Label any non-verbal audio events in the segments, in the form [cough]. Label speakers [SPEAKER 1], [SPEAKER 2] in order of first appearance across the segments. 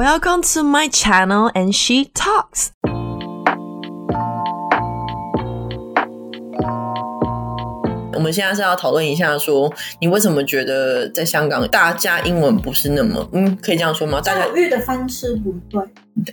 [SPEAKER 1] Welcome to my channel and she talks.
[SPEAKER 2] Hello，我们现在是要讨论一下说你为什么觉得在香港大家英文不是那么嗯，可以这样说吗？
[SPEAKER 1] 啊
[SPEAKER 2] 大家
[SPEAKER 3] 教育的方式不对，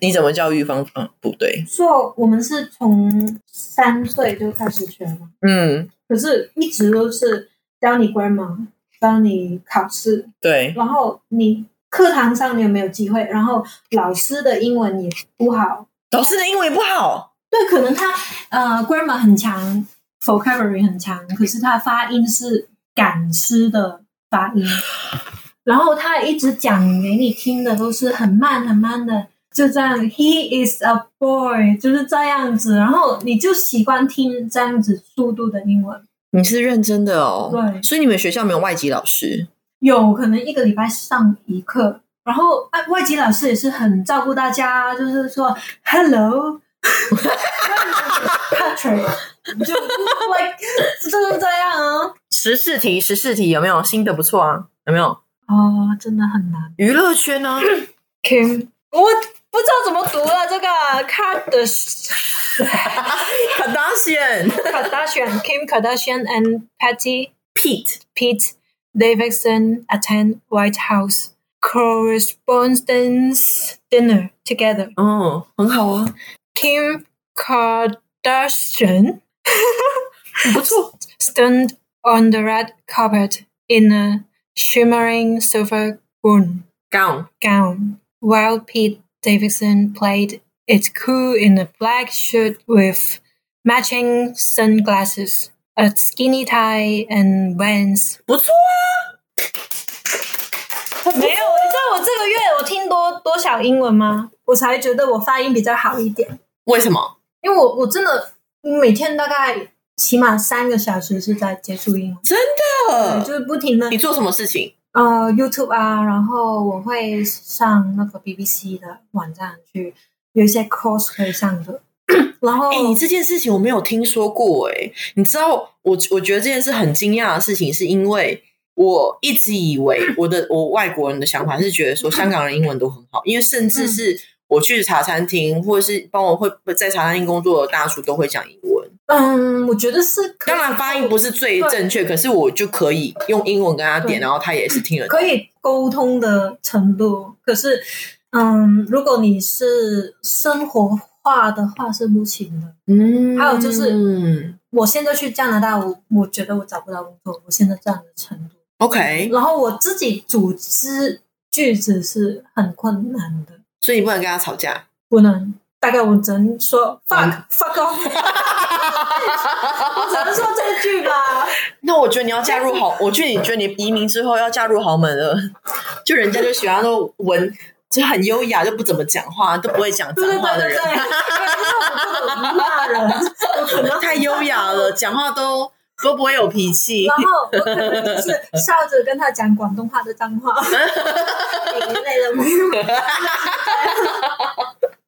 [SPEAKER 2] 你怎么教育方法不对？
[SPEAKER 3] 说我们是从三岁就开始学嘛，
[SPEAKER 2] 嗯，
[SPEAKER 3] 可是一直都是教你 grammar，教你考试，
[SPEAKER 2] 对，
[SPEAKER 3] 然后你课堂上你有没有机会？然后老师的英文也不好，
[SPEAKER 2] 老师的英文也不好，
[SPEAKER 3] 对，可能他呃 grammar 很强，vocabulary 很强，可是他发音是赶尸的发音，然后他一直讲给你听的都是很慢很慢的，就这样，He is a boy，就是这样子，然后你就习惯听这样子速度的英文。
[SPEAKER 2] 你是认真的哦。
[SPEAKER 3] 对
[SPEAKER 2] 所以你们学校没有外籍老师，
[SPEAKER 3] 有可能一个礼拜上一课，然后啊，外籍老师也是很照顾大家，就是说 hello 。Patrick，就就 like 就是这样啊！
[SPEAKER 2] 十四题，十四题有没有新的不错啊？有没有
[SPEAKER 3] 哦，真的很难。
[SPEAKER 2] 娱乐圈 [laughs] 呢？
[SPEAKER 3] Kim，我不知道怎么读了这个 Kardashian
[SPEAKER 2] k a r d a s i a n
[SPEAKER 3] [laughs] Kardashian，Kim Kardashian and Patty
[SPEAKER 2] Pete
[SPEAKER 3] Pete Davidson attend White House correspondence dinner together.
[SPEAKER 2] 嗯，很好 [laughs] 啊，
[SPEAKER 3] Kim Kardashian
[SPEAKER 2] 很不错。
[SPEAKER 3] stood on the red carpet in a shimmering silver gown,
[SPEAKER 2] Gown，
[SPEAKER 3] gown while Pete Davidson played it cool in a black shirt with matching sunglasses, a skinny tie, and vans.
[SPEAKER 2] 不错啊。
[SPEAKER 3] 没有，你知道我这个月我听多多少英文吗？我才觉得我发音比较好一点，
[SPEAKER 2] 为什么？
[SPEAKER 3] 因为我我真的每天大概起码三个小时是在接触英文，
[SPEAKER 2] 真
[SPEAKER 3] 我
[SPEAKER 2] 的？
[SPEAKER 3] 就是不停的
[SPEAKER 2] 你做什么事情？
[SPEAKER 3] 呃 YouTube 啊，然后我会上那个 BBC 的网站去，有一些 course 可以上
[SPEAKER 2] [coughs]
[SPEAKER 3] 的，然后
[SPEAKER 2] 哎、你这件事情我没有听说过哎、你知道我我觉得这件事很惊讶的事情，是因为我一直以为我的 [laughs] 我外国人的想法是觉得说香港人英文都很好，因为甚至是我去茶餐厅或者是帮我会在茶餐厅工作的大叔都会讲英文。
[SPEAKER 3] 嗯，我觉得是可以
[SPEAKER 2] 当然发音不是最正确，可是我就可以用英文跟他点，
[SPEAKER 3] 对
[SPEAKER 2] 然后他也是听得懂
[SPEAKER 3] 可。以沟通的程度，可是嗯，如果你是生活化的话是不行的。
[SPEAKER 2] 嗯
[SPEAKER 3] 还有就是
[SPEAKER 2] 嗯
[SPEAKER 3] 我现在去加拿大，我我觉得我找不到工作，我现在这样的程度。
[SPEAKER 2] ，OK，
[SPEAKER 3] 然后我自己组织句子是很困难的，
[SPEAKER 2] 所以你不能跟他吵架。
[SPEAKER 3] 不能。大概我只能说 fuck
[SPEAKER 2] 嗯
[SPEAKER 3] fuck off，我只能说这句吧。
[SPEAKER 2] 那我觉得你要嫁入
[SPEAKER 3] [laughs]
[SPEAKER 2] 豪，我觉得你觉得你移民之后要嫁入豪门了， [laughs] 就人家就喜欢说文，就很优雅，就不怎么讲话，都不会讲
[SPEAKER 3] 对对
[SPEAKER 2] 脏话
[SPEAKER 3] 对
[SPEAKER 2] 的
[SPEAKER 3] 对
[SPEAKER 2] 人，
[SPEAKER 3] 对，因为我这种骂人，我可能
[SPEAKER 2] 太优雅
[SPEAKER 3] [laughs]
[SPEAKER 2] 了，讲话都都不会有脾气
[SPEAKER 3] 然。后我可能就是笑着跟他讲广东话的脏话，你累了没有？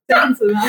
[SPEAKER 3] 这样子吗？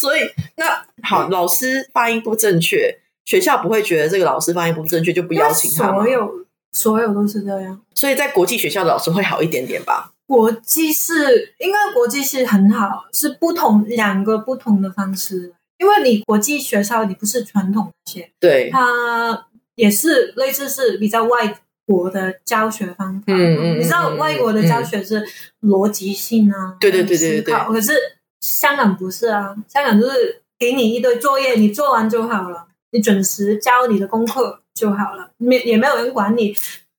[SPEAKER 2] 所以那好，老师发音不正确，学校不会觉得这个老师发音不正确就不邀请他吗
[SPEAKER 3] 所？有所有都是这样。
[SPEAKER 2] 所以在国际学校的老师会好一点点吧？
[SPEAKER 3] 国际是应该国际是很好，是不同两个不同的方式，因为你国际学校你不是传统那些，
[SPEAKER 2] 对，
[SPEAKER 3] 它也是类似是比较外国的教学方法。
[SPEAKER 2] 嗯嗯嗯
[SPEAKER 3] 你知道外国的教学是逻辑性啊，
[SPEAKER 2] 对对对对对
[SPEAKER 3] 思考可是香港不是啊，香港就是给你一堆作业，你做完就好了，你准时交你的功课就好了，没也没有人管你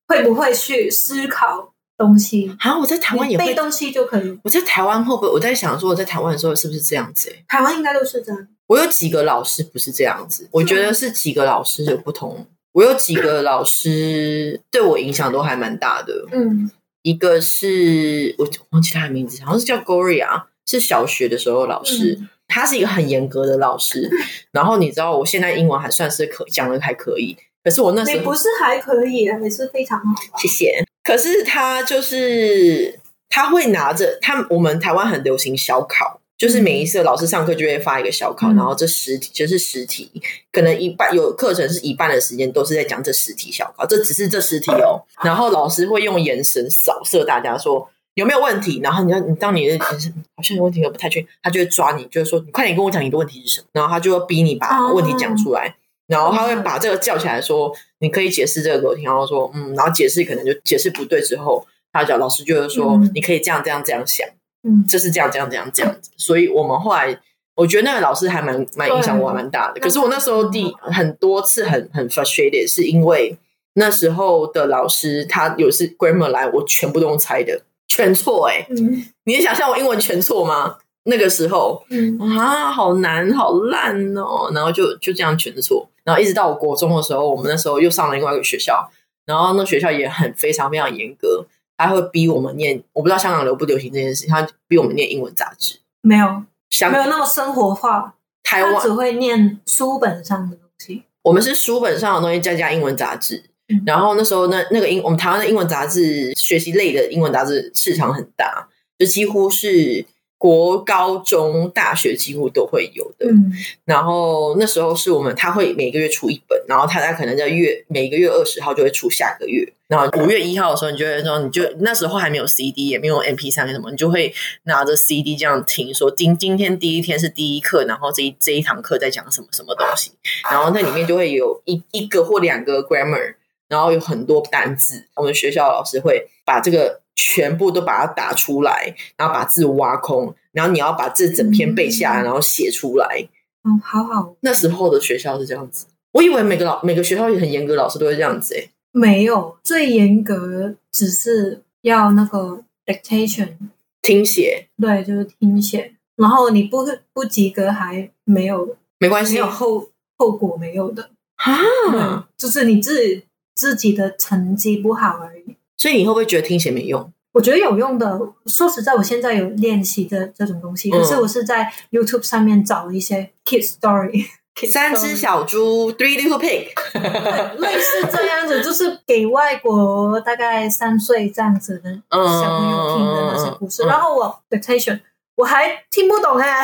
[SPEAKER 3] 会不会去思考东西，
[SPEAKER 2] 好，啊我在台湾
[SPEAKER 3] 你
[SPEAKER 2] 也
[SPEAKER 3] 背
[SPEAKER 2] 会。
[SPEAKER 3] 东西就可以。
[SPEAKER 2] 我在台湾会不会？我在想说，我在台湾的时候是不是这样子、欸？
[SPEAKER 3] 台湾应该都是这样，
[SPEAKER 2] 我有几个老师不是这样子，我觉得是几个老师有不同。我有几个老师对我影响都还蛮大的，
[SPEAKER 3] 嗯，
[SPEAKER 2] 一个是我忘记他的名字，好像是叫 Gloria，是小学的时候老
[SPEAKER 3] 嗯
[SPEAKER 2] 师，他是一个很严格的老师。然后你知道，我现在英文还算是可讲的还可以，可是我那时
[SPEAKER 3] 你
[SPEAKER 2] 候
[SPEAKER 3] 嗯不是还可以啊，你是非常好吧？
[SPEAKER 2] 谢谢。可是他就是他会拿着他，我们台湾很流行小考，就是每一次老师上课就会发一个小考，
[SPEAKER 3] 嗯
[SPEAKER 2] 然后这十题就是十题，可能一半有课程是一半的时间都是在讲这十题小考，这只是这十题哦。然后老师会用眼神扫射大家说。有没有问题？然后你要你当你的眼神好像有问题，我不太确定，他就会抓你，就是说你快点跟我讲你的问题是什么，然后他就会逼你把问题讲出来，然后他
[SPEAKER 3] 嗯
[SPEAKER 2] 会把这个叫起来说你可以解释这个给我听，然后说嗯，然后解释可能就解释不对之后，他讲老师就是说、
[SPEAKER 3] 嗯
[SPEAKER 2] 你可以这样这样这样想，
[SPEAKER 3] 嗯，
[SPEAKER 2] 这是这样这样这样这样子，所以我们后来。我觉得那个老师还蛮蛮影响我，还蛮大的。
[SPEAKER 3] 对嗯
[SPEAKER 2] 可是我那时候第很多次很很 frustrated，是因为那时候的老师他有一次 grammar 来，我全部都用猜的，全错哎、
[SPEAKER 3] 嗯
[SPEAKER 2] 你能想象我英文全错吗？那个时候
[SPEAKER 3] 嗯
[SPEAKER 2] 啊，好难，好烂哦，然后就就这样全错，然后一直到我国中的时候，我们那时候又上了另外一个学校，然后那学校也很非常非常严格，他会逼我们念，我不知道香港流不流行这件事，他逼我们念英文杂志，
[SPEAKER 3] 没有
[SPEAKER 2] 香
[SPEAKER 3] 没有那么生活化，
[SPEAKER 2] 台
[SPEAKER 3] 他
[SPEAKER 2] 湾
[SPEAKER 3] 只会念书本上的东西。
[SPEAKER 2] 我们是书本上的东西再加英文杂志。
[SPEAKER 3] 嗯
[SPEAKER 2] 然后那时候那那个英我们台湾的英文杂志学习类的英文杂志市场很大，就几乎是国高中大学几乎都会有的。
[SPEAKER 3] 嗯
[SPEAKER 2] 然后那时候是我们他会每个月出一本，然后他他可能在月每个月二十号就会出下个月，然后五月一号的时候，你就会说你就那时候还没有 CD 也没有 MP 三什么，你就会拿着 CD 这样听，说今今天第一天是第一课，然后这一这一堂课在讲什么什么东西，然后那里面就会有一一个或两个 grammar，然后有很多单字，我们学校老师会把这个全部都把它打出来，然后把字挖空，然后你要把这整篇背下来，然后写出来。
[SPEAKER 3] 嗯，好好，
[SPEAKER 2] 那时候的学校是这样子，我以为每个老每个学校也很严格，老师都会这样子诶、欸
[SPEAKER 3] 没有最严格，只是要那个 dictation，
[SPEAKER 2] 听写
[SPEAKER 3] 对，就是听写。然后你不不及格还没有
[SPEAKER 2] 没关
[SPEAKER 3] 没
[SPEAKER 2] 系
[SPEAKER 3] 有
[SPEAKER 2] 啊，
[SPEAKER 3] 后后果没有的，
[SPEAKER 2] 嗯
[SPEAKER 3] 对，就是你自己自己的成绩不好而已。
[SPEAKER 2] 所以你会不会觉得听写没用？
[SPEAKER 3] 我觉得有用的。说实在，我现在有练习的这种东
[SPEAKER 2] 嗯
[SPEAKER 3] 西，可是我是在 YouTube 上面找一些 kid story，
[SPEAKER 2] 三
[SPEAKER 3] 嗯
[SPEAKER 2] 只小猪，Three Little Pig，
[SPEAKER 3] [laughs] 类似这样子，就是给外国大概三岁这样子的
[SPEAKER 2] 嗯
[SPEAKER 3] 小朋友听的那些故事。
[SPEAKER 2] 嗯
[SPEAKER 3] 然后我 dictation 我还听不懂哎、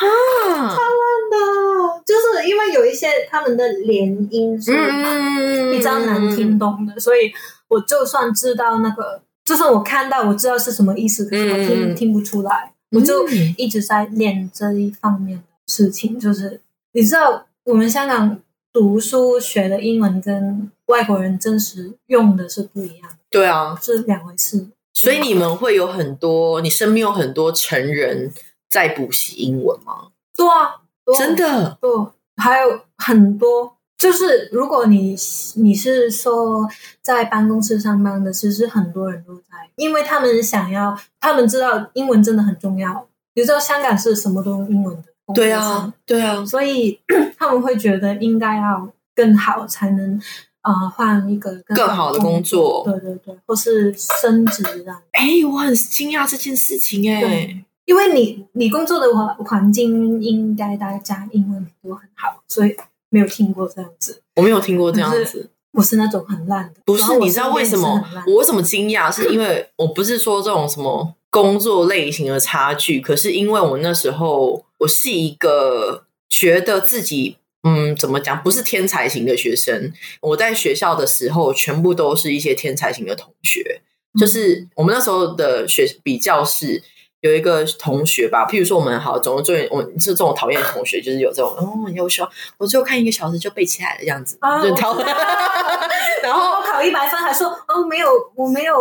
[SPEAKER 2] 啊
[SPEAKER 3] 真的，就是因为有一些他们的连音是
[SPEAKER 2] 嗯
[SPEAKER 3] 比较难听，懂的，所以我就算知道那个，就算我看到我知道是什么意思，可是我
[SPEAKER 2] 嗯
[SPEAKER 3] 听听不出来，我就一直在练这一方面的事情。就是你知道，我们香港读书学的英文跟外国人真实用的是不一样的，
[SPEAKER 2] 对啊，
[SPEAKER 3] 是两回事。
[SPEAKER 2] 所以你们会有很多，你身边有很多成人在补习英文吗？
[SPEAKER 3] 对啊，对啊
[SPEAKER 2] 真的，
[SPEAKER 3] 对，还有很多，就是如果你你是说在办公室上班的，其实很多人都在，因为他们想要，他们知道英文真的很重要。你知道香港是什么都用英文的，
[SPEAKER 2] 对
[SPEAKER 3] 哦
[SPEAKER 2] 啊，，对啊，
[SPEAKER 3] 所以 [clears throat] 他们会觉得应该要更好才能。啊、换一个更
[SPEAKER 2] 更好的工作
[SPEAKER 3] 对对对，或是升职啊，
[SPEAKER 2] 哎、我很惊讶这件事情、
[SPEAKER 3] 欸
[SPEAKER 2] 诶。哎
[SPEAKER 3] 对，因为你你工作的环环境应该大家英文都很好，所以没有听过这样子。
[SPEAKER 2] 我没有听过这样
[SPEAKER 3] 可是
[SPEAKER 2] 子。
[SPEAKER 3] 我是那种很烂的，
[SPEAKER 2] 不
[SPEAKER 3] 然
[SPEAKER 2] 是
[SPEAKER 3] 后，我
[SPEAKER 2] 你知道为什
[SPEAKER 3] 身边
[SPEAKER 2] 么嗯
[SPEAKER 3] 也是很烂
[SPEAKER 2] 我为什么惊讶？是因
[SPEAKER 3] [laughs]
[SPEAKER 2] 为我不是说这种什么工作类型的差距，可是因为我那时候我是一个觉得自己嗯怎么讲，不是天才型的学生。我在学校的时候，全部都是一些天才型的同学，
[SPEAKER 3] 嗯
[SPEAKER 2] 就是我们那时候的学比较是。有一个同学吧，譬如说我们好，总之我们是这种讨厌的同学，就是有这种哦很优秀，我只有看一个小时就背起来的样子，
[SPEAKER 3] 啊，
[SPEAKER 2] 就
[SPEAKER 3] 我
[SPEAKER 2] 讨
[SPEAKER 3] 知
[SPEAKER 2] [laughs]
[SPEAKER 3] 道
[SPEAKER 2] 然
[SPEAKER 3] 然
[SPEAKER 2] 后
[SPEAKER 3] 后我考一百分还说哦没有，我没有，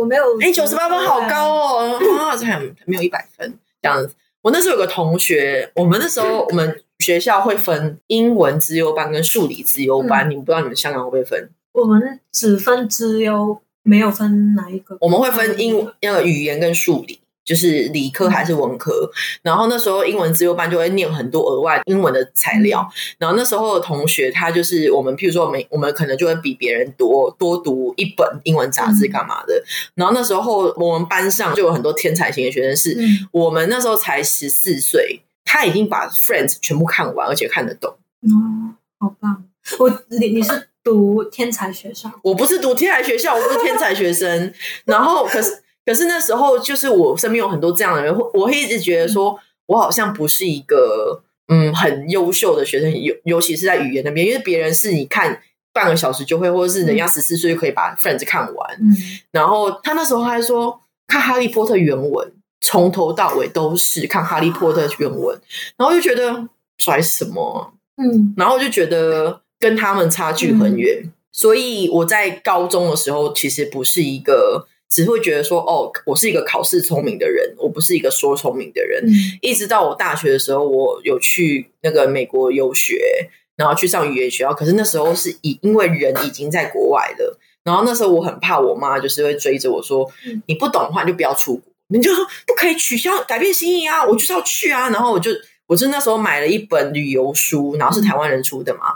[SPEAKER 3] 我没有，
[SPEAKER 2] 哎，九十八分好高哦，啊，这还没有一百分这样子。我那时候有个同学，我们那时候我们学校会分英文资优班跟数理资优班，你不知道你们香港会不会分？
[SPEAKER 3] 我们只分资优，没有分哪一个，
[SPEAKER 2] 我们会分英那个语言跟数理，就是理科还是文科。然后那时候英文自由班就会念很多额外英文的材料。然后那时候的同学，他就是我们，譬如说我们我们可能就会比别人多多读一本英文杂志干嘛的。然后那时候我们班上就有很多天才型的学生是，
[SPEAKER 3] 嗯
[SPEAKER 2] 我们那时候才十四岁，他已经把 Friends 全部看完，而且看得懂。
[SPEAKER 3] 哦，好棒！我你你是读天才学校，
[SPEAKER 2] 我不是读天才学校，我不是天才学生。然后，可是可是那时候，就是我身边有很多这样的人，我我会一直觉得说，我好像不是一个嗯很优秀的学生，尤尤其是在语言那边，因为别人是你看半个小时就会，或者是人家十四岁就可以把 Friends 看完。
[SPEAKER 3] 嗯
[SPEAKER 2] 然后他那时候还说。看《哈利波特》原文，从头到尾都是看《哈利波特》原文，然后就觉得拽什么啊、
[SPEAKER 3] 嗯
[SPEAKER 2] 然后就觉得跟他们差距很远。所以我在高中的时候，其实不是一个只会觉得说哦，我是一个考试聪明的人，我不是一个说聪明的人。
[SPEAKER 3] 嗯
[SPEAKER 2] 一直到我大学的时候，我有去那个美国游学，然后去上语言学校。可是那时候是以因为人已经在国外了，然后那时候我很怕我妈就是会追着我说，你不懂的话你就不要出国，你就说不可以取消改变心意啊，我就是要去啊。然后我就我就那时候买了一本旅游书，然后是台湾人出的嘛。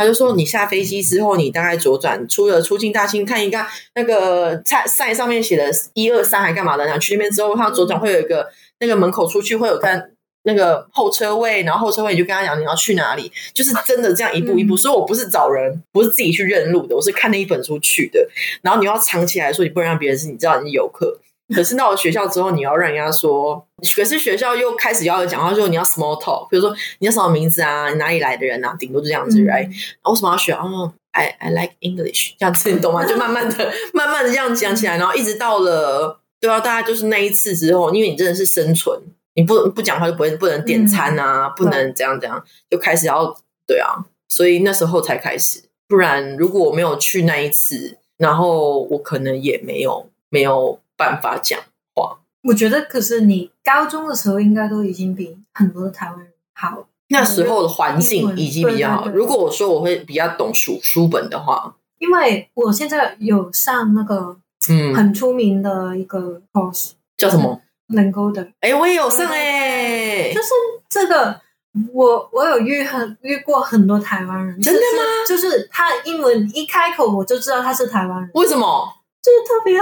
[SPEAKER 2] 他就说：“你下飞机之后，你大概左转出了出境大厅看一看，那个菜赛上面写的一二三还干嘛的，然后去那边之后，他左转会有一个那个门口出去会有看那个候车位，然后候车位你就跟他讲你要去哪里，就是真的这样一步一步。所以我不是找人，不是自己去认路的，我是看那一本书去的。然后你要藏起来说，你不能让别人知，你知道你是游客。可是到了学校之后，你要让人家说，可是学校又开始要讲话，说你要 small talk，比如说你叫什么名字啊，你哪里来的人啊，顶多就这样子、
[SPEAKER 3] 嗯
[SPEAKER 2] r i g h t 为什么要学？哦，I I like English，这样子你懂
[SPEAKER 3] [laughs]
[SPEAKER 2] 吗？就慢慢的、慢慢的这样讲起来，然后一直到了，对啊，大家就是那一次之后，因为你真的是生存，你不不讲话就不会不能点餐啊，
[SPEAKER 3] 嗯
[SPEAKER 2] 不能怎样怎样，就开始要对啊，所以那时候才开始。不然如果我没有去那一次，然后我可能也没有没有办法讲。
[SPEAKER 3] 我觉得，可是你高中的时候应该都已经比很多的台湾人好。
[SPEAKER 2] 那时候的环境已经比较好。
[SPEAKER 3] 嗯对对对
[SPEAKER 2] 如果我说我会比较懂书书本的话，
[SPEAKER 3] 因为我现在有上那个
[SPEAKER 2] 嗯，
[SPEAKER 3] 很嗯出名的一个 course，
[SPEAKER 2] 叫什么？
[SPEAKER 3] 能够的，
[SPEAKER 2] 哎、我也有
[SPEAKER 3] 嗯
[SPEAKER 2] 上哎、
[SPEAKER 3] 就是这个，我我有遇很遇过很多台湾人，
[SPEAKER 2] 真的
[SPEAKER 3] 就是？就是他英文一开口，我就知道他是台湾人，
[SPEAKER 2] 为什么
[SPEAKER 3] 就是特别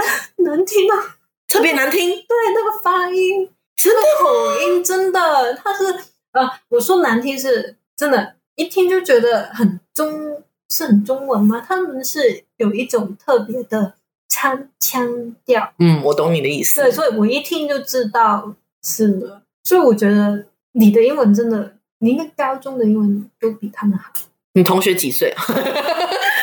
[SPEAKER 3] 难听啊，
[SPEAKER 2] 特别难听？
[SPEAKER 3] 对那个发音、
[SPEAKER 2] 真的
[SPEAKER 3] 口音，真的，他是呃，我说难听是真的，一听就觉得很中是很中文吗？他们是有一种特别的腔腔调。
[SPEAKER 2] 嗯，我懂你的意思。
[SPEAKER 3] 对，所以我一听就知道是了。所以我觉得你的英文真的，你应该高中的英文都比他们好。
[SPEAKER 2] 你同学几岁啊？ [laughs]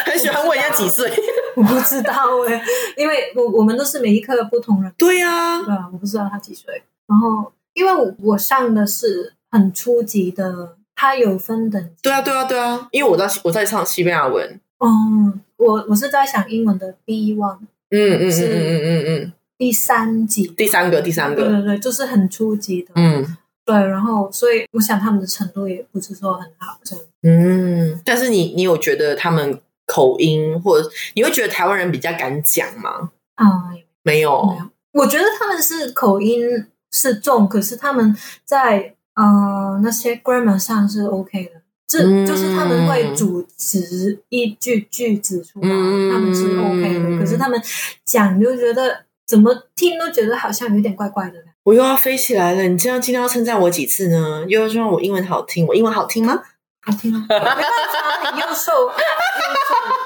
[SPEAKER 2] 很喜欢问人家几岁。
[SPEAKER 3] 我不知道哎、因为我我们都是每一科不同人，
[SPEAKER 2] [laughs] 对啊呀、
[SPEAKER 3] 对啊吧？我不知道他几岁。然后，因为我我上的是很初级的，他有分等级。
[SPEAKER 2] 对啊，对啊，对啊，因为我在我在唱西班牙文。
[SPEAKER 3] 嗯，我我是在想英文的 B one
[SPEAKER 2] 嗯嗯嗯
[SPEAKER 3] 是
[SPEAKER 2] 嗯嗯嗯嗯，
[SPEAKER 3] 第三级，
[SPEAKER 2] 第三个，第三
[SPEAKER 3] 对
[SPEAKER 2] 个。
[SPEAKER 3] 对对，就是很初级的。
[SPEAKER 2] 嗯
[SPEAKER 3] 对，然后所以我想他们的程度也不是说很好，这样。
[SPEAKER 2] 嗯，但是你你有觉得他们口音，或者你会觉得台湾人比较敢讲吗？
[SPEAKER 3] 啊、
[SPEAKER 2] 没有，
[SPEAKER 3] 没有我觉得他们是口音是重，可是他们在呃那些 grammar 上是 OK 的，这、
[SPEAKER 2] 嗯
[SPEAKER 3] 就是他们会组织一句句子出来，
[SPEAKER 2] 嗯
[SPEAKER 3] 他们是 OK
[SPEAKER 2] 嗯
[SPEAKER 3] 的。可是他们讲就觉得怎么听都觉得好像有点怪怪的。
[SPEAKER 2] 我又要飞起来了。你这样今天要称赞我几次呢？又要说我英文好听，我英文好听吗？好
[SPEAKER 3] 好
[SPEAKER 2] [laughs]
[SPEAKER 3] 听吗？没啊办法，你又瘦，又瘦，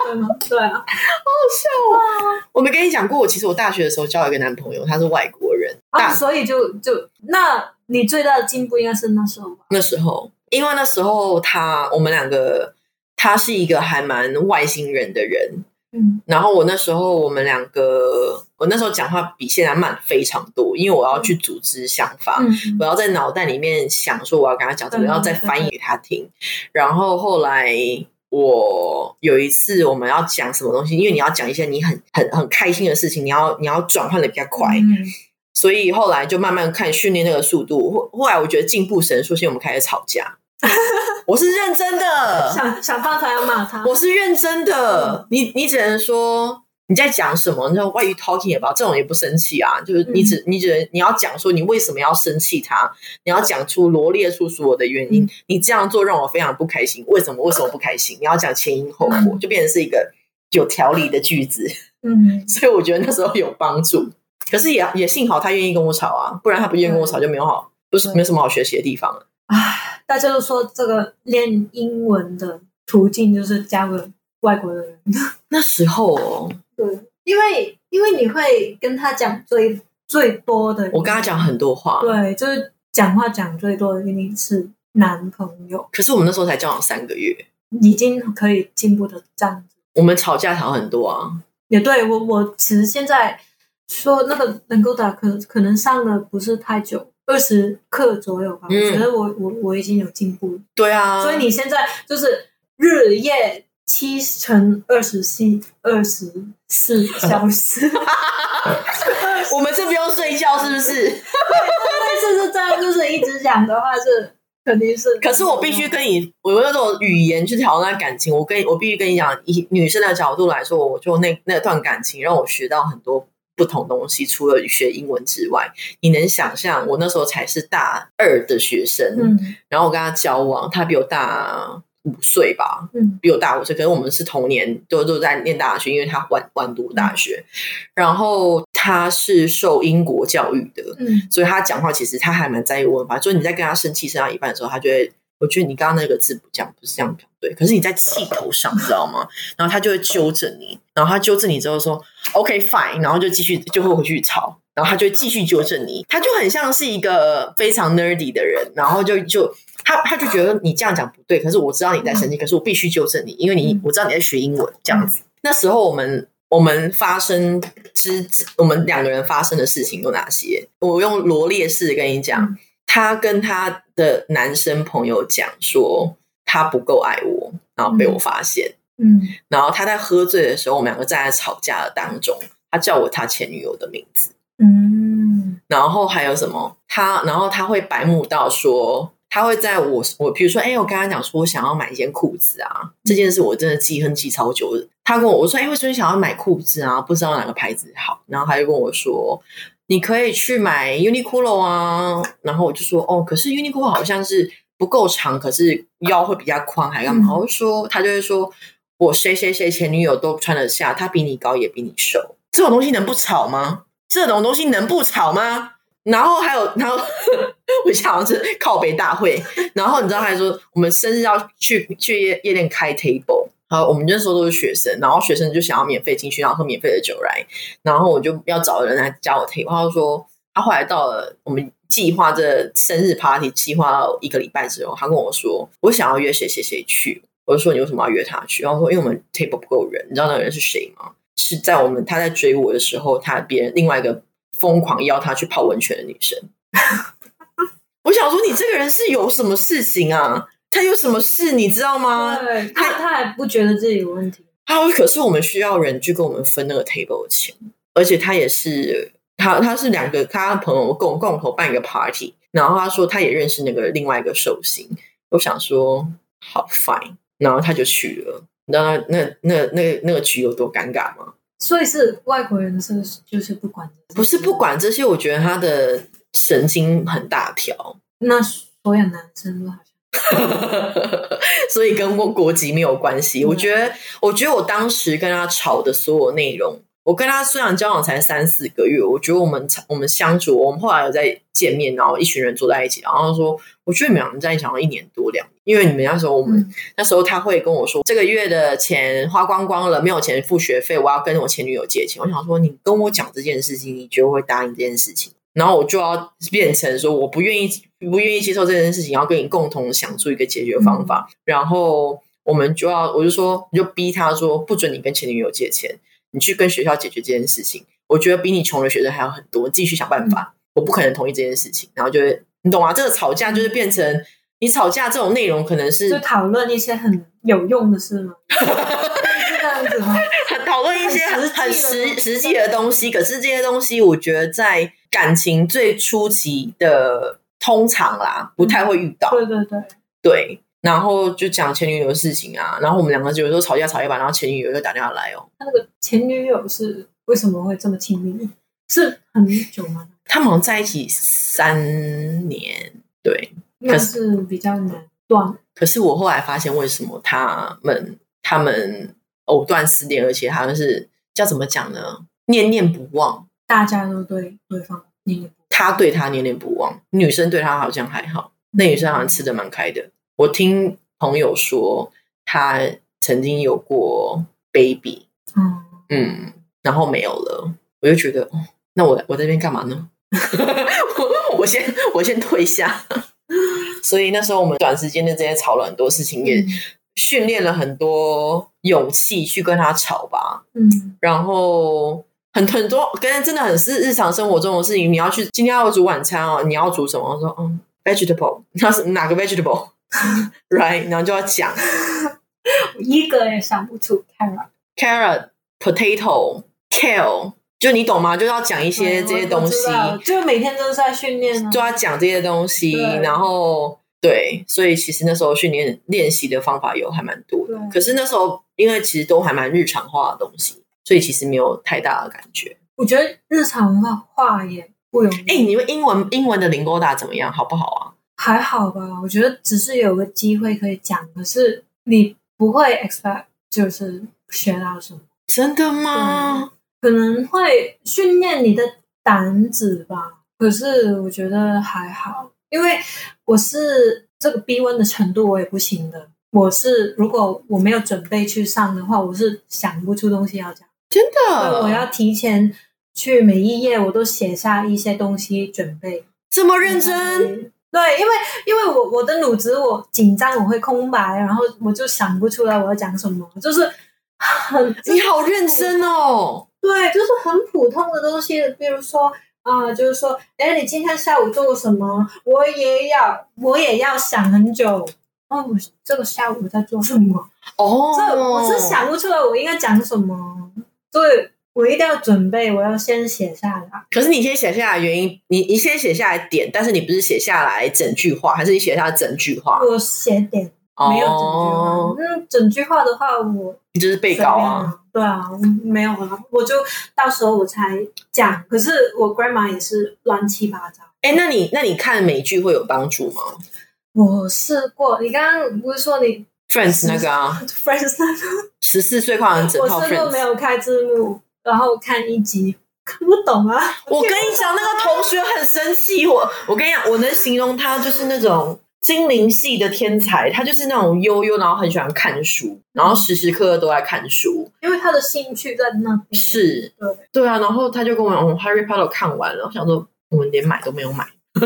[SPEAKER 3] 对吗？对啊，
[SPEAKER 2] 笑哦！我没跟你讲过，我其实我大学的时候交了一个男朋友，他是外国人，
[SPEAKER 3] 啊，
[SPEAKER 2] 大
[SPEAKER 3] 所以就就那你最大的进步应该是那时候吧？
[SPEAKER 2] 那时候，因为那时候他我们两个，他是一个还蛮外星人的人。
[SPEAKER 3] 嗯
[SPEAKER 2] 然后我那时候我们两个，我那时候讲话比现在慢非常多，因为我要去组织想法，
[SPEAKER 3] 嗯
[SPEAKER 2] 我要在脑袋里面想说我要跟他讲什么，
[SPEAKER 3] 对
[SPEAKER 2] 然后再翻译给他听。然后后来我有一次我们要讲什么东西，因为你要讲一些你很很很开心的事情，你要你要转换的比较快。
[SPEAKER 3] 嗯
[SPEAKER 2] 所以后来就慢慢看训练那个速度。后后来我觉得进步神速，所以我们开始吵架。我是认真的，
[SPEAKER 3] 想想办法要骂他。
[SPEAKER 2] 我是认真的。你你只能说你在讲什么，你说 What are you talking about？这种也不生气啊，就是你只、你只能你要讲说你为什么要生气他，你要讲出罗列出所有的原因。你这样做让我非常不开心，为什么为什么不开心？你要讲前因后果，就变成是一个有条理的句子。
[SPEAKER 3] 嗯，
[SPEAKER 2] 所以我觉得那时候有帮助。可是也也幸好他愿意跟我吵啊，不然他不愿意跟我吵就没有好，不是
[SPEAKER 3] 对
[SPEAKER 2] 没有什么好学习的地方了。
[SPEAKER 3] 唉，大家都说这个练英文的途径就是加个外国的人，
[SPEAKER 2] 那时候哦，
[SPEAKER 3] [laughs] 对，因为因为你会跟他讲最最多的，
[SPEAKER 2] 我跟他讲很多话，
[SPEAKER 3] 对，就是讲话讲最多的一定是男朋友，
[SPEAKER 2] 可是我们那时候才交往三个月，
[SPEAKER 3] 已经可以进步的这样子。
[SPEAKER 2] 我们吵架吵很多啊。
[SPEAKER 3] 也对我，我其实现在说那个能够打可可能上的不是太久，二十课左右吧。
[SPEAKER 2] 嗯
[SPEAKER 3] 我觉得我我我已经有进步了，
[SPEAKER 2] 对啊，
[SPEAKER 3] 所以你现在就是日夜七乘二十四二十四小时。 [laughs]
[SPEAKER 2] 我们是不用睡觉是不是？
[SPEAKER 3] 但是是这样，就是一直讲的话是肯定是。
[SPEAKER 2] [laughs]
[SPEAKER 3] 嗯
[SPEAKER 2] 可是我必须跟你，我用这种语言去讨论感情。我跟你我必须跟你讲，以女生的角度来说，我就那那段感情让我学到很多不同东西，除了学英文之外，你能想象我那时候才是大二的学生，
[SPEAKER 3] 嗯
[SPEAKER 2] 然后我跟他交往，他比我大五岁吧，
[SPEAKER 3] 嗯
[SPEAKER 2] 比我大五岁，可是我们是同年都都在念大学，因为他晚晚读大学，然后他是受英国教育的，
[SPEAKER 3] 嗯
[SPEAKER 2] 所以他讲话其实他还蛮在意文法，就是你在跟他生气生到一半的时候，他就会。我觉得你刚刚那个字不这样，不是这样讲对。可是你在气头上，知道吗？然后他就会纠正你，然后他纠正你之后说 “OK fine”，然后就继续就会回去吵，然后他就会继续纠正你。他就很像是一个非常 nerdy 的人，然后就就他他就觉得你这样讲不对，可是我知道你在生气，可是我必须纠正你，因为你我知道你在学英文这样子。那时候我们我们发生之我们两个人发生的事情有哪些？我用罗列式跟你讲，她跟她的男生朋友讲说她不够爱我，然后被我发现，
[SPEAKER 3] 嗯
[SPEAKER 2] 然后她在喝醉的时候，我们两个站在吵架的当中，她叫我她前女友的名字，
[SPEAKER 3] 嗯
[SPEAKER 2] 然后还有什么？她然后她会白目到说。她会在我我比如说，哎、我跟她讲说，我想要买一件裤子啊，这件事我真的记恨记超久的。她跟我我说，哎、为什么你想要买裤子啊？不知道哪个牌子好，然后她就跟我说，你可以去买 Uniqlo 啊。然后我就说，哦，可是 Uniqlo 好像是不够长，可是腰会比较宽，还干嘛？
[SPEAKER 3] 嗯
[SPEAKER 2] 我就说，他就会说我谁谁谁前女友都穿得下，她比你高也比你瘦，这种东西能不吵吗？这种东西能不吵吗？然后还有，然后 [laughs] 我想好像是靠北大会，然后你知道还说我们生日要去去夜夜店开 table，好，我们那时候都是学生，然后学生就想要免费进去，然后喝免费的酒来，然后我就要找人来教我 table，他就说他后来到了我们计划这生日 party 计划到一个礼拜之后，他跟我说我想要约谁谁谁去，我就说你为什么要约他去？然后说因为我们 table 不够人，你知道那个人是谁吗？是在我们他在追我的时候，他别人另外一个疯狂邀他去泡温泉的女生。 [laughs] 我想说，你这个人是有什么事情啊？他有什么事你知道吗？
[SPEAKER 3] 对他他还不觉得自己有问题。
[SPEAKER 2] 他可是我们需要人去跟我们分那个 table 的钱，而且他也是他他是两个他朋友共共同办一个 party，然后他说他也认识那个另外一个寿星，我想说好 fine，然后他就去了，你知道那那那那那个局有多尴尬吗？
[SPEAKER 3] 所以是外国人是就是不管，
[SPEAKER 2] 不是不，管这些，我觉得他的神经很大条，
[SPEAKER 3] 那所有男生都好像
[SPEAKER 2] [laughs] 所以跟国国籍没有关系。
[SPEAKER 3] 嗯
[SPEAKER 2] 我觉得，我觉得我当时跟他吵的所有内容，我跟他虽然交往才三四个月，我觉得我们吵我们相处，我们后来有在见面，然后一群人坐在一起，然后说，我觉得你们两个在一起好像一年多两年，因为你们那时候我们、
[SPEAKER 3] 嗯
[SPEAKER 2] 那时候他会跟我说，这个月的钱花光光了，没有钱付学费，我要跟我前女友借钱。我想说，你跟我讲这件事情，你觉得我会答应这件事情？然后我就要变成说，我不愿意，不愿意接受这件事情，要跟你共同想出一个解决方法。然后我们就要，我就说，你就逼他说，不准你跟前女友借钱，你去跟学校解决这件事情。我觉得比你穷的学生还有很多，你继续想办法。我不可能同意这件事情。然后就会，你懂吗？这个吵架就是变成你吵架这种内容，可能是
[SPEAKER 3] 就讨论一些很有用的事
[SPEAKER 2] [laughs]
[SPEAKER 3] 吗？是这样子吗？
[SPEAKER 2] 很讨论一些很很
[SPEAKER 3] 很实
[SPEAKER 2] 实
[SPEAKER 3] 际的东
[SPEAKER 2] 实际的东西，
[SPEAKER 3] 西
[SPEAKER 2] 可是这些东西我觉得在感情最初期的通常啦，不太会遇到。
[SPEAKER 3] 对对对，
[SPEAKER 2] 对，然后就讲前女友的事情啊，然后我们两个有时候吵架吵一把，然后前女友又打电话来哦，
[SPEAKER 3] 他那个前女友是为什么会这么亲密？是很久吗？
[SPEAKER 2] 他们好像在一起三年，对。
[SPEAKER 3] 那是比较难断。
[SPEAKER 2] 可是我后来发现，为什么他们他们藕断丝连，而且好像是叫怎么讲呢？念念不忘，
[SPEAKER 3] 大家都对对方念念不
[SPEAKER 2] 他对他念念不忘，女生对他好像还好，那女生好像吃的蛮开的。我听朋友说，她曾经有过 baby，
[SPEAKER 3] 忘。嗯
[SPEAKER 2] 嗯，然后没有了，我就觉得，哦，那我我在这边干嘛呢？ [laughs] 我 [laughs] 我先我先退下。 [laughs] 所以那时候我们短时间内之间吵了很多事情，
[SPEAKER 3] 嗯
[SPEAKER 2] 也训练了很多勇气去跟他吵吧。
[SPEAKER 3] 嗯
[SPEAKER 2] 然后很很多，跟真的很是日常生活中的事情。你要去今天要煮晚餐哦，你要煮什么？我说嗯，vegetable，那是哪个 [laughs] vegetable？right，然后就要讲
[SPEAKER 3] 我一个也想不出 carrot。
[SPEAKER 2] carrot、potato、kale，就你懂吗？就要讲一些
[SPEAKER 3] 嗯
[SPEAKER 2] 这些东西。
[SPEAKER 3] 我知道就每天都是在训练啊。
[SPEAKER 2] 就要讲这些东西，
[SPEAKER 3] 对
[SPEAKER 2] 然后对，所以其实那时候训练练习的方法有还蛮多的
[SPEAKER 3] 对。
[SPEAKER 2] 可是那时候因为其实都还蛮日常化的东西，所以其实没有太大的感觉。
[SPEAKER 3] 我觉得日常的话也不容易，
[SPEAKER 2] 哎，你们英文英文的零勾打怎么样？好不好啊？
[SPEAKER 3] 还好吧？我觉得只是有个机会可以讲，可是你不会 expect 就是学到什么，
[SPEAKER 2] 真的吗？
[SPEAKER 3] 可能会训练你的胆子吧。可是我觉得还好，因为我是这个逼问的程度我也不行的。我是如果我没有准备去上的话，我是想不出东西要讲。
[SPEAKER 2] 真的，
[SPEAKER 3] 我要提前去每一页，我都写下一些东西准备。
[SPEAKER 2] 这么认
[SPEAKER 3] 嗯
[SPEAKER 2] 真。
[SPEAKER 3] 对，因为因为我我的脑子我紧张，我会空白，然后我就想不出来我要讲什么，就是很
[SPEAKER 2] 你好认真哦！
[SPEAKER 3] 对，就是很普通的东西，比如说啊、就是说，哎，你今天下午做过什么？我也要我也要想很久。哦，我这个下午在做什么？
[SPEAKER 2] 哦，
[SPEAKER 3] 这我是想不出来我应该讲什么，对我一定要准备，我要先写下来。
[SPEAKER 2] 可是你先写下来原因，你你先写下来点，但是你不是写下来整句话，还是你写下来整句话？
[SPEAKER 3] 我写点，没有整句话
[SPEAKER 2] 哦。，
[SPEAKER 3] 那整句话的话，我
[SPEAKER 2] 你就是被
[SPEAKER 3] 随
[SPEAKER 2] 告
[SPEAKER 3] 便
[SPEAKER 2] 啊。
[SPEAKER 3] 啊，对啊，没有啊，我就到时候我才讲。可是我 grandma 也是乱七八糟。
[SPEAKER 2] 哎，那你那你看美剧会有帮助吗
[SPEAKER 3] 我试过，你刚刚不是说你
[SPEAKER 2] ？Friends 那个啊，
[SPEAKER 3] Friends 那
[SPEAKER 2] 十四岁跨完整
[SPEAKER 3] 个，
[SPEAKER 2] 套
[SPEAKER 3] 我试过没
[SPEAKER 2] Friends。
[SPEAKER 3] 有开字幕，然后看一集，看不懂啊。
[SPEAKER 2] 我跟你讲，那个同学很生气，我我跟你讲，我能形容他就是那种精灵系的天才，他就是那种悠悠，然后很喜欢看书，然后时时刻刻都在看书。
[SPEAKER 3] 因为他的兴趣在那边。
[SPEAKER 2] 是，
[SPEAKER 3] 嗯对
[SPEAKER 2] 对啊，然后他就跟我讲，我、Harry Potter 看完了，我想说我们连买都没有买。 [laughs]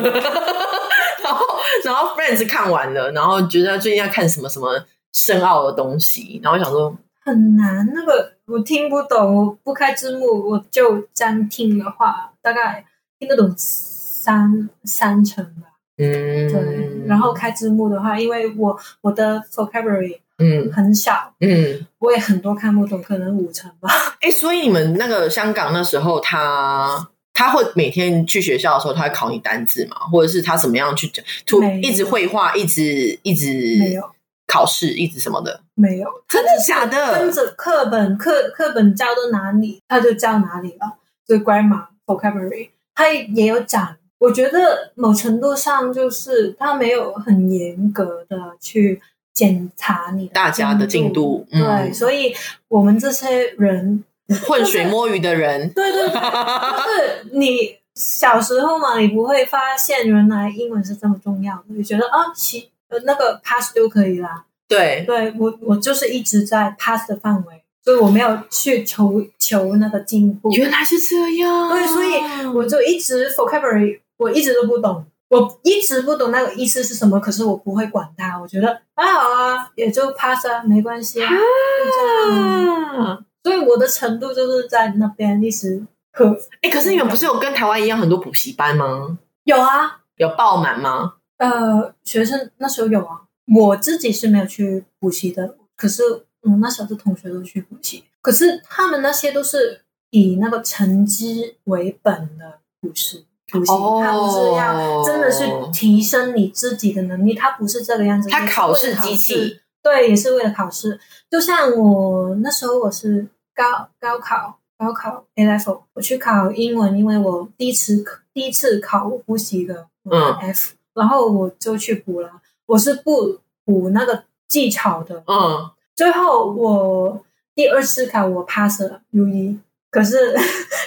[SPEAKER 2] 然后，然后 Friends 看完了，然后觉得最近在看什么什么深奥的东西，然后我想说，
[SPEAKER 3] 很难，那个我听不懂，我不开字幕，我就这样听的话，大概听得懂三三成吧。
[SPEAKER 2] 嗯，
[SPEAKER 3] 对，然后开字幕的话，因为我我的 vocabulary
[SPEAKER 2] 嗯
[SPEAKER 3] 很少，
[SPEAKER 2] 嗯，
[SPEAKER 3] 我也很多看不懂，可能五成吧。
[SPEAKER 2] 哎、所以你们那个香港那时候他，他会每天去学校的时候，他会考你单字嘛，或者是他怎么样去讲，突
[SPEAKER 3] 没有
[SPEAKER 2] 一直绘画，一直一直
[SPEAKER 3] 没有
[SPEAKER 2] 考试，一直什么的，
[SPEAKER 3] 没有，
[SPEAKER 2] 真的假
[SPEAKER 3] 跟
[SPEAKER 2] 的？
[SPEAKER 3] 着课本课课本教到哪里，他就教哪里了。就 grammar vocabulary，他也有讲。我觉得某程度上就是他没有很严格的去检查你
[SPEAKER 2] 大家的进度
[SPEAKER 3] 对，
[SPEAKER 2] 嗯
[SPEAKER 3] 所以我们这些人，
[SPEAKER 2] 浑水摸鱼的人，
[SPEAKER 3] 对对对，就是你小时候嘛，你不会发现原来英文是这么重要的，你觉得啊，其呃那个 pass 就可以啦，
[SPEAKER 2] 对，
[SPEAKER 3] 对我，我就是一直在 pass 的范围，所以我没有去求求那个进步。
[SPEAKER 2] 原来是这样。
[SPEAKER 3] 对，所以我就一直 vocabulary，我一直都不懂，我一直不懂那个意思是什么，可是我不会管它，我觉得还好啊，也就 pass 啊，没关系啊，就这样啊。
[SPEAKER 2] 啊。
[SPEAKER 3] 所以我的程度就是在那边一直可
[SPEAKER 2] 哎、可是你们不是有跟台湾一样很多补习班吗？
[SPEAKER 3] 有啊，
[SPEAKER 2] 有爆满吗？
[SPEAKER 3] 呃，学生那时候有啊，我自己是没有去补习的，可是嗯，那时候的同学都去补习，可是他们那些都是以那个成绩为本的补习，补习，
[SPEAKER 2] 哦
[SPEAKER 3] 他不是要真的是提升你自己的能力，他不是这个样子，
[SPEAKER 2] 他
[SPEAKER 3] 也是
[SPEAKER 2] 考
[SPEAKER 3] 为了
[SPEAKER 2] 试机器，
[SPEAKER 3] 对，也是为了考试。就像我那时候我是高高考高考 A level，我去考英文，因为我第一次第一次考我不及格，
[SPEAKER 2] 嗯
[SPEAKER 3] F，然后我就去补了，我是不补那个技巧的。
[SPEAKER 2] 嗯，
[SPEAKER 3] 最后我第二次考我 pass 了 U 一，可是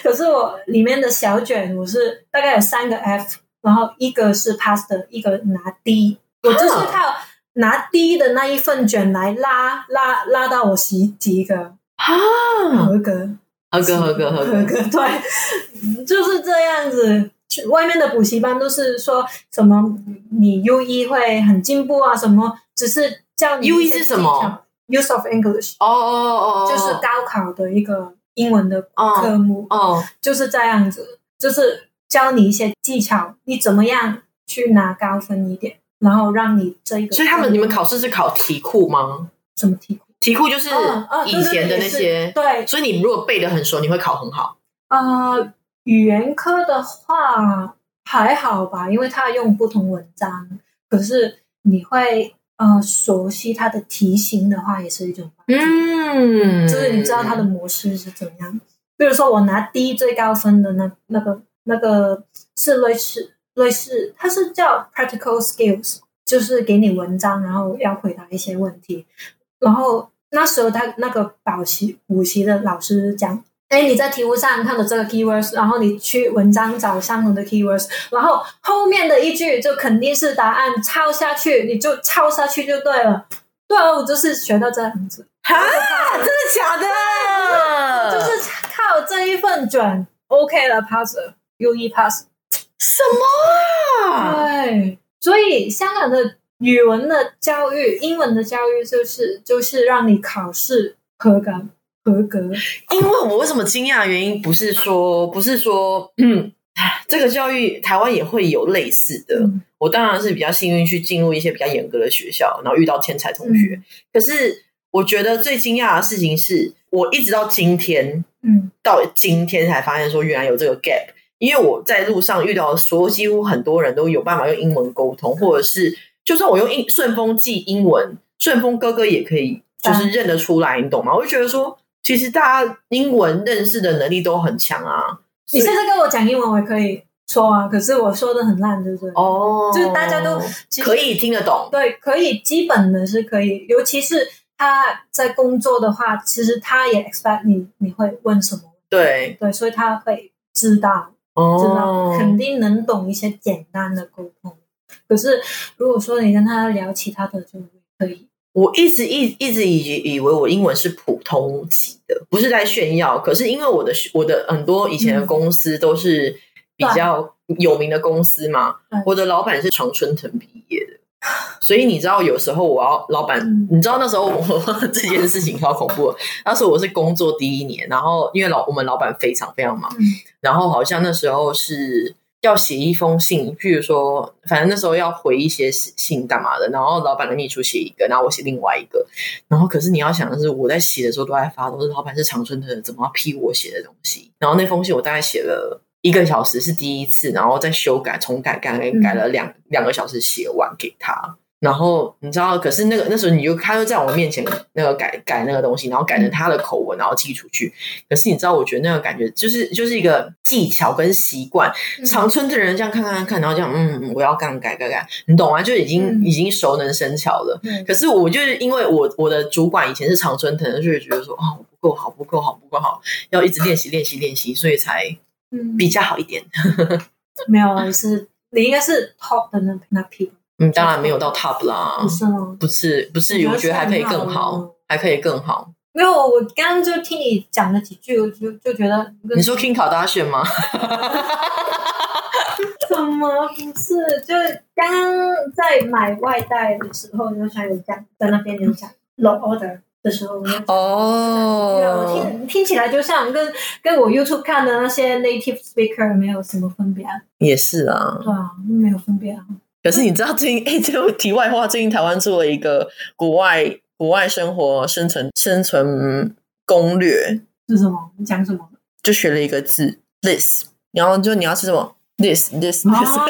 [SPEAKER 3] 可是我里面的小卷我是大概有三个 F，然后一个是 pass 的，一个拿 D，我就是
[SPEAKER 2] 啊
[SPEAKER 3] 靠拿 D 的那一份卷来拉拉拉到我及及格
[SPEAKER 2] 啊，
[SPEAKER 3] 合格。
[SPEAKER 2] 合格合格合格，
[SPEAKER 3] 对，就是这样子。去外面的补习班都是说什么你 U 一会很进步啊，什么只是叫你
[SPEAKER 2] U1
[SPEAKER 3] 一些
[SPEAKER 2] E 是什么
[SPEAKER 3] 技巧？Use of English，、
[SPEAKER 2] 哦哦哦哦，哦
[SPEAKER 3] 就是高考的一个英文的科目，
[SPEAKER 2] 哦，
[SPEAKER 3] 就是这样子，就是教你一些技巧，你怎么样去拿高分一点，然后让你这一个科目。
[SPEAKER 2] 所以他们你们考试是考题库吗？
[SPEAKER 3] 什么题库？
[SPEAKER 2] 题库就是
[SPEAKER 3] 嗯嗯，
[SPEAKER 2] 以前的那些，
[SPEAKER 3] 对对对也是对，
[SPEAKER 2] 所以你如果背的很熟，你会考很好。
[SPEAKER 3] 呃，语言科的话还好吧，因为它用不同文章，可是你会呃熟悉它的题型的话，也是一种帮助，
[SPEAKER 2] 嗯
[SPEAKER 3] 就是你知道它的模式是怎么样。比如说，我拿第一最高分的那那个那个是类似类似，它是叫 practical skills，就是给你文章，然后要回答一些问题。然后那时候他那个补习补习的老师讲，哎，你在题目上看到这个 keywords，然后你去文章找相同的 keywords，然后后面的一句就肯定是答案，抄下去你就抄下去就对了。对啊，我就是学到这样子，
[SPEAKER 2] 哈，真的假的？
[SPEAKER 3] 就是
[SPEAKER 2] 呃
[SPEAKER 3] 靠这一份卷，OK 了，pass 了，U 一 pass。
[SPEAKER 2] 什么啊？
[SPEAKER 3] 对，所以香港的语文的教育、英文的教育就是就是让你考试合格合格。
[SPEAKER 2] 因为我为什么惊讶？原因不是说不是说，嗯，唉这个教育台湾也会有类似的。
[SPEAKER 3] 嗯
[SPEAKER 2] 我当然是比较幸运去进入一些比较严格的学校，然后遇到天才同学。可是我觉得最惊讶的事情是，我一直到今天，
[SPEAKER 3] 嗯
[SPEAKER 2] 到今天才发现说原来有这个 gap。因为我在路上遇到的所有几乎很多人都有办法用英文沟通，或者是就算我用英顺丰记英文，顺丰哥哥也可以就是认得出来，你懂吗？我就觉得说，其实大家英文认识的能力都很强啊。
[SPEAKER 3] 你现在跟我讲英文，我也可以说啊，可是我说的很烂，对不对？
[SPEAKER 2] 哦
[SPEAKER 3] 就是大家都其实
[SPEAKER 2] 可以听得懂，
[SPEAKER 3] 对，可以基本的是可以，尤其是他在工作的话，其实他也 expect 你你会问什么，
[SPEAKER 2] 对，
[SPEAKER 3] 对，所以他会知道知道，
[SPEAKER 2] 哦，
[SPEAKER 3] 肯定能懂一些简单的沟通。可是如果说你跟他聊其他的，就可以。
[SPEAKER 2] 我一直一一直以以为我英文是普通级的，不是在炫耀。可是因为我的我的很多以前的公司都是比较有名的公司嘛
[SPEAKER 3] 嗯对，
[SPEAKER 2] 我的老板是常春藤毕业
[SPEAKER 3] [laughs]
[SPEAKER 2] 的，所以你知道有时候我要老板，
[SPEAKER 3] 嗯
[SPEAKER 2] 你知道那时候我 [laughs] 这件事情超恐怖的。那时候我是工作第一年，然后因为老我们老板非常非常忙，
[SPEAKER 3] 嗯
[SPEAKER 2] 然后好像那时候是要写一封信，譬如说，反正那时候要回一些信信干嘛的，然后老板的秘书写一个，然后我写另外一个，然后可是你要想的是，我在写的时候都在发抖，是老板是长春藤的，怎么要批我写的东西？然后那封信我大概写了。一个小时是第一次，然后再修改、重改、改改改了两两个小时写完给他。然后你知道，可是那个那时候你就他就在我面前那个改改那个东西，然后改成他的口吻，然后寄出去。可是你知道，我觉得那个感觉就是就是一个技巧跟习惯。
[SPEAKER 3] 嗯
[SPEAKER 2] 长春的人这样看看看看，然后这样嗯，我要干改改改，你懂吗？就已经、
[SPEAKER 3] 嗯
[SPEAKER 2] 已经熟能生巧了。
[SPEAKER 3] 嗯
[SPEAKER 2] 可是我就是因为我我的主管以前是常春藤，就是觉得说啊、我不够好，不够好，不够好，要一直练习练习练习，所以才
[SPEAKER 3] 嗯，
[SPEAKER 2] 比较好一点。
[SPEAKER 3] 没有啊，是你应该是 top 的那那批，
[SPEAKER 2] 嗯，当然没有到 top 啦
[SPEAKER 3] 不，是吗？
[SPEAKER 2] 不是不至于，
[SPEAKER 3] 嗯我
[SPEAKER 2] 我觉
[SPEAKER 3] 觉得
[SPEAKER 2] 得还可以更
[SPEAKER 3] 是很好的
[SPEAKER 2] 好，还可以更好。
[SPEAKER 3] 没有，我刚刚就听你讲了几句，我就就觉得
[SPEAKER 2] 你说 King 考大选吗？
[SPEAKER 3] 怎么不是？就是刚刚在买外带的时候，有想有讲，在那边有讲 low order 的时候，我就对啊我
[SPEAKER 2] 哦，
[SPEAKER 3] 听听起来就像跟跟我 YouTube 看的那些 native speaker 没有什么分别、啊，
[SPEAKER 2] 也是啊。
[SPEAKER 3] 对啊，没有分别啊。
[SPEAKER 2] 可是你知道最近，哎、 [laughs] 这个题外话，最近台湾做了一个国外国外生活生存生存攻略，
[SPEAKER 3] 是什么？你讲什么？
[SPEAKER 2] 就学了一个字 this，然后就你要吃什么 this this this，、
[SPEAKER 3] 哦，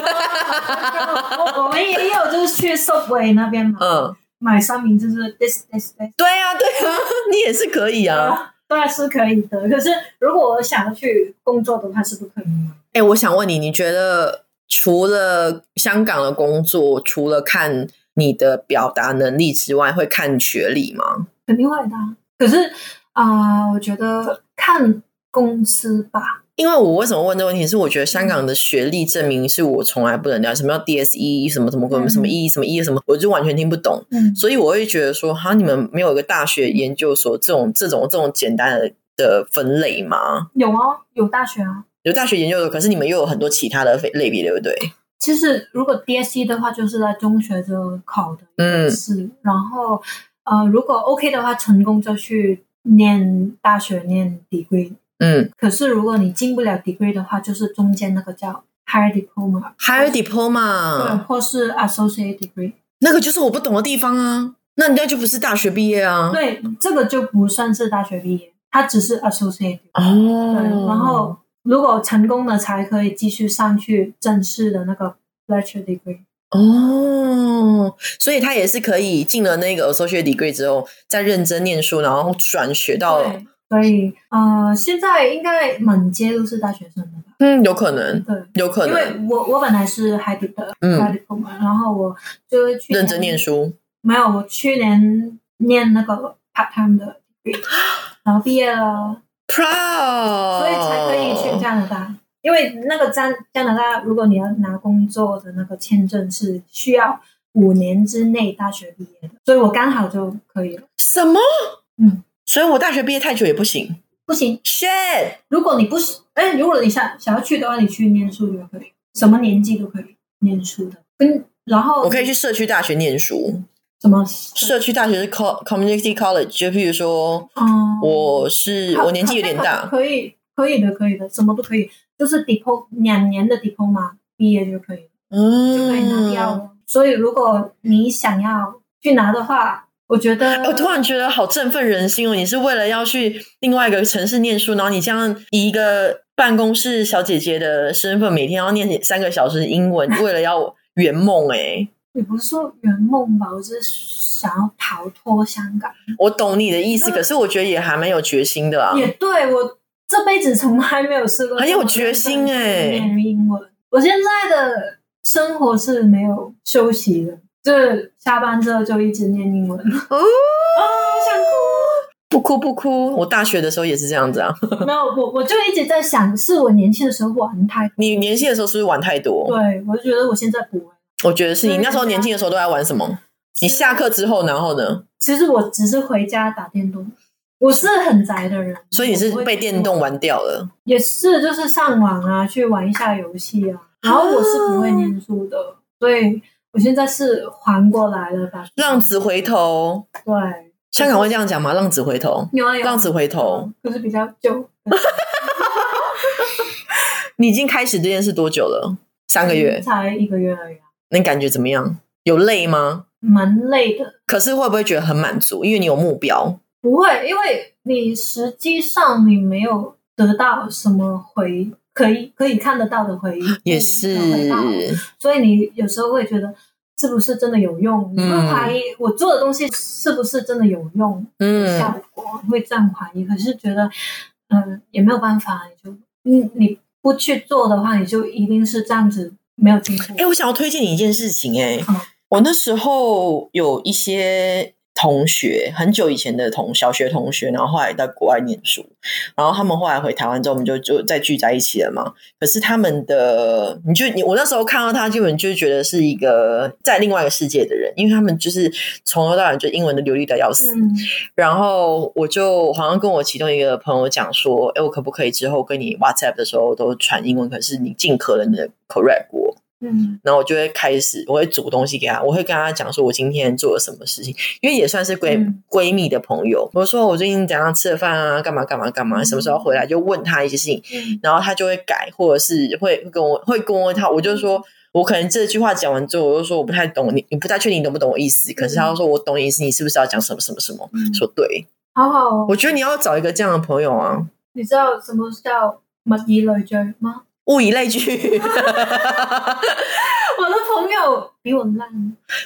[SPEAKER 3] [laughs] 我们也有就是去 Subway 那边买
[SPEAKER 2] 嗯，
[SPEAKER 3] 买三明治，就是 this this this。
[SPEAKER 2] 对啊对 [laughs] 啊，你也是可以啊。
[SPEAKER 3] 对啊，是可以的。可是如果我想要去工作的话，是不可以的。
[SPEAKER 2] 哎、我想问你，你觉得除了香港的工作，除了看你的表达能力之外，会看学历吗？
[SPEAKER 3] 肯定会的啊。可是啊、我觉得看公司吧。
[SPEAKER 2] 因为我为什么问这个问题，是我觉得香
[SPEAKER 3] 嗯
[SPEAKER 2] 港的学历证明是我从来不能了解什么叫 DSE，什么什么什么
[SPEAKER 3] 嗯
[SPEAKER 2] 什么 E 什么 E 什么，我就完全听不懂。
[SPEAKER 3] 嗯
[SPEAKER 2] 所以我会觉得说，哈，你们没有一个大学研究所这种这种这种简单的的分类吗？
[SPEAKER 3] 有哦，有大学啊。
[SPEAKER 2] 有大学研究所，可是你们又有很多其他的类别，对不对？
[SPEAKER 3] 其实如果 DSE 的话，就是在中学就考的
[SPEAKER 2] 嗯
[SPEAKER 3] 是，然后呃，如果 OK 的话，成功就去念大学念 degree，
[SPEAKER 2] 嗯
[SPEAKER 3] 可是如果你进不了 degree 的话，就是中间那个叫 higher diploma，
[SPEAKER 2] ，higher
[SPEAKER 3] 对，
[SPEAKER 2] diploma，
[SPEAKER 3] 或是 associate degree，
[SPEAKER 2] 那个就是我不懂的地方啊。那人家就不是大学毕业啊。
[SPEAKER 3] 对，这个就不算是大学毕业，它只是 associate，degree，对，
[SPEAKER 2] 哦，
[SPEAKER 3] 然后如果成功了才可以继续上去正式的那个 lecture degree，
[SPEAKER 2] 哦，所以他也是可以进了那个 associate degree 之后，再认真念书，然后转学到
[SPEAKER 3] 对，所以呃，现在应该满街都是大学生的吧？
[SPEAKER 2] 嗯，有可能，
[SPEAKER 3] 对。
[SPEAKER 2] 有可
[SPEAKER 3] 因
[SPEAKER 2] 能，
[SPEAKER 3] 为我我本来是呃海底的
[SPEAKER 2] 嗯
[SPEAKER 3] 海底部门，然后我就是去年
[SPEAKER 2] 认真念，书。
[SPEAKER 3] 没有，我去年念那个 part time 的
[SPEAKER 2] [gasps]
[SPEAKER 3] degree，然后毕业了，
[SPEAKER 2] Proud，
[SPEAKER 3] 所以才可以去加拿大。因为那个加加拿大，如果你要拿工作的那个签证是需要五年之内大学毕业的，所以我刚好就可以了。
[SPEAKER 2] 什么？
[SPEAKER 3] 嗯，
[SPEAKER 2] 所以我大学毕业太久也不行。
[SPEAKER 3] 不行，
[SPEAKER 2] Shit，
[SPEAKER 3] 如果你不是，哎，如果你想想要去的话，你去念书就可以，什么年纪都可以念书的。跟然后
[SPEAKER 2] 我可以去社区大学念
[SPEAKER 3] 嗯
[SPEAKER 2] 书。
[SPEAKER 3] 什么
[SPEAKER 2] 社区大学是 co community college，就譬如说，
[SPEAKER 3] 嗯，
[SPEAKER 2] 我是
[SPEAKER 3] 好
[SPEAKER 2] 我年纪有点
[SPEAKER 3] 好
[SPEAKER 2] 大，
[SPEAKER 3] 可以，可以的，可以的，什么都可以，就是 diploma 两年的 diploma 毕业就可以，就可以拿
[SPEAKER 2] 嗯。
[SPEAKER 3] 掉了。所以如果你想要去拿的话，我觉得
[SPEAKER 2] 我哦突然觉得好振奋人心哦！你是为了要去另外一个城市念书，然后你这样以一个办公室小姐姐的身份，每天要念三个小时英文，为了要圆梦哎、
[SPEAKER 3] 也不是说圆梦吧，我只是想要逃脱香港。
[SPEAKER 2] 我懂你的意思，可是我觉得也还蛮有决心的啊。
[SPEAKER 3] 也对我这辈子从来没有试过，
[SPEAKER 2] 很有决心欸
[SPEAKER 3] 念英文，我现在的生活是没有休息的，就是下班之后就一直念英文。 [laughs]
[SPEAKER 2] 哦
[SPEAKER 3] 哦，想哭。
[SPEAKER 2] 不哭不哭，我大学的时候也是这样子啊。
[SPEAKER 3] 没有，我我就一直在想，是我年轻的时候玩太多。
[SPEAKER 2] 你年轻的时候是不是玩太多？
[SPEAKER 3] 对，我就觉得我现在不会。
[SPEAKER 2] 我觉得是你
[SPEAKER 3] 对
[SPEAKER 2] 那时候年轻的时候都在玩什么？你下课之后，然后呢？
[SPEAKER 3] 其实我只是回家打电动，我是很宅的人，
[SPEAKER 2] 所以你是
[SPEAKER 3] 我不会
[SPEAKER 2] 被电动玩掉了。
[SPEAKER 3] 也是就是上网啊，去玩一下游戏啊。然后我是不会念书的，所以我现在是还过来了吧？
[SPEAKER 2] 浪子回头，
[SPEAKER 3] 对，
[SPEAKER 2] 香港会这样讲吗？浪子回头，
[SPEAKER 3] 有啊有啊
[SPEAKER 2] 浪子回头。
[SPEAKER 3] 就是比较旧，
[SPEAKER 2] 你已经开始这件事多久了？三个月，
[SPEAKER 3] 才一个月而已啊，
[SPEAKER 2] 你感觉怎么样？有累吗？
[SPEAKER 3] 蛮累的。
[SPEAKER 2] 可是会不会觉得很满足？因为你有目标。
[SPEAKER 3] 不会，因为你实际上你没有得到什么回，可以可以看得到的回
[SPEAKER 2] 也
[SPEAKER 3] 的回
[SPEAKER 2] 是
[SPEAKER 3] 报，所以你有时候会觉得是不是真的有用？你会怀疑我做的东西是不是真的有用、
[SPEAKER 2] 嗯，
[SPEAKER 3] 效果，会这样怀疑。可是觉得，嗯、也没有办法，你就你你不去做的话，你就一定是这样子没有进步。
[SPEAKER 2] 哎、我想要推荐你一件事情、欸，
[SPEAKER 3] 嗯
[SPEAKER 2] 我那时候有一些同学，很久以前的同小学同学，然后后来到国外念书，然后他们后来回台湾之后，我们就就再聚在一起了嘛。可是他们的，你就你我那时候看到他，基本就觉得是一个在另外一个世界的人，因为他们就是从头到尾就英文都流利的要死，
[SPEAKER 3] 嗯，
[SPEAKER 2] 然后我就好像跟我其中一个朋友讲说，哎，我可不可以之后跟你 WhatsApp 的时候都传英文，可是你尽可能的 correct 我。
[SPEAKER 3] 嗯，
[SPEAKER 2] 然后我就会开始，我会煮东西给他，我会跟他讲说我今天做了什么事情，因为也算是闺、
[SPEAKER 3] 嗯
[SPEAKER 2] 闺蜜的朋友。我说我最近怎样吃了饭啊，干嘛干嘛干嘛，什么时候回来就问他一些事情，
[SPEAKER 3] 嗯，
[SPEAKER 2] 然后他就会改，或者是会跟我会跟我他，我就说我可能这句话讲完之后，我就说我不太懂你，你不太确定你懂不懂我意思。可是他就说我懂你意思，你是不是要讲什么什么什么？
[SPEAKER 3] 嗯
[SPEAKER 2] 说对，
[SPEAKER 3] 好好、哦。
[SPEAKER 2] 我觉得你要找一个这样的朋友啊，
[SPEAKER 3] 你知道什么叫物以类聚吗？
[SPEAKER 2] 物以类聚。 [laughs]
[SPEAKER 3] 我的朋友比我烂，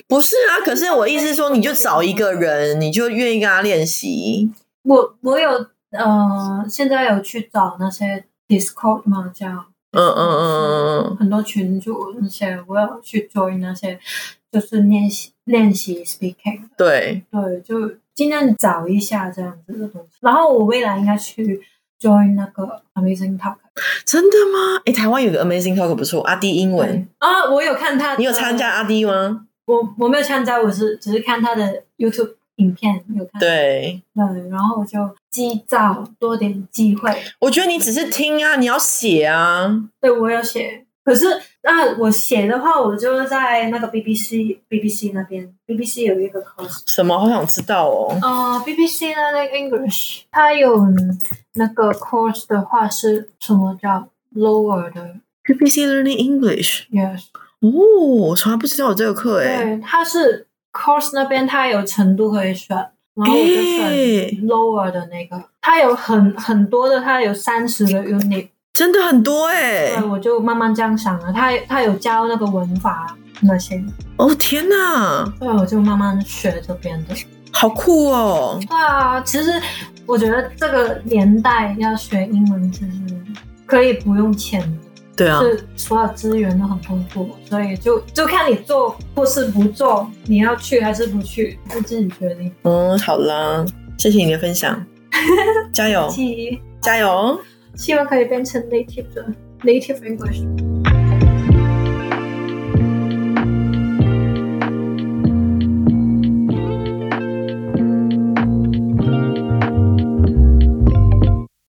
[SPEAKER 2] 不是啊，可是我意思是说，你就找一个人，你就愿意跟他练习。
[SPEAKER 3] 我我有呃，现在有去找那些 Discord 嘛，叫
[SPEAKER 2] 嗯嗯嗯嗯
[SPEAKER 3] 很多群主那些，我有去 join 那些，就是练习练习 speaking，
[SPEAKER 2] 嗯，对，
[SPEAKER 3] 对，就尽量找一下这样子的东西。然后我未来应该去 join 那个 Amazing Talk，
[SPEAKER 2] 真的吗？哎，台湾有个 Amazing Talk 不错，阿弟英文，
[SPEAKER 3] 啊，我有看他，
[SPEAKER 2] 你有参加？阿弟吗？
[SPEAKER 3] 我我没有参加，我是只是看他的 YouTube 影片有
[SPEAKER 2] 嗯
[SPEAKER 3] 看，
[SPEAKER 2] 对，
[SPEAKER 3] 对，然后我就积攒多点机会。
[SPEAKER 2] 我觉得你只是听啊，你要写啊，
[SPEAKER 3] 对我有写，可是那我写的话，我就在那个 BBC BBC 那边，BBC 有一个 course，
[SPEAKER 2] 什么？好想知道哦。
[SPEAKER 3] 呃，BBC 的那个 English，它有那个 course 的话是什么叫 lower 的
[SPEAKER 2] BBC Learning English，
[SPEAKER 3] ？Yes，
[SPEAKER 2] 哦，我从来不知道有这个课哎。
[SPEAKER 3] 对，它是 course 那边它有程度可以选，然后我就
[SPEAKER 2] 诶
[SPEAKER 3] 选 lower 的那个，它有很很多的，它有三十个 unit，
[SPEAKER 2] 真的很多哎
[SPEAKER 3] 对，！我就慢慢这样想了，它它有教那个文法那些，
[SPEAKER 2] 哦天哪，
[SPEAKER 3] 对，啊我就慢慢学这边的。
[SPEAKER 2] 好酷哦！
[SPEAKER 3] 对啊，其实我觉得这个年代要学英文，其实可以不用钱的。
[SPEAKER 2] 对啊，
[SPEAKER 3] 是所有资源都很丰富，所以就就看你做或是不做，你要去还是不去，就自己决定。
[SPEAKER 2] 嗯，好啦，谢谢你的分 [laughs] 享，加油，
[SPEAKER 3] 希
[SPEAKER 2] 加油！哦
[SPEAKER 3] 希望可以变成 native 的 native English。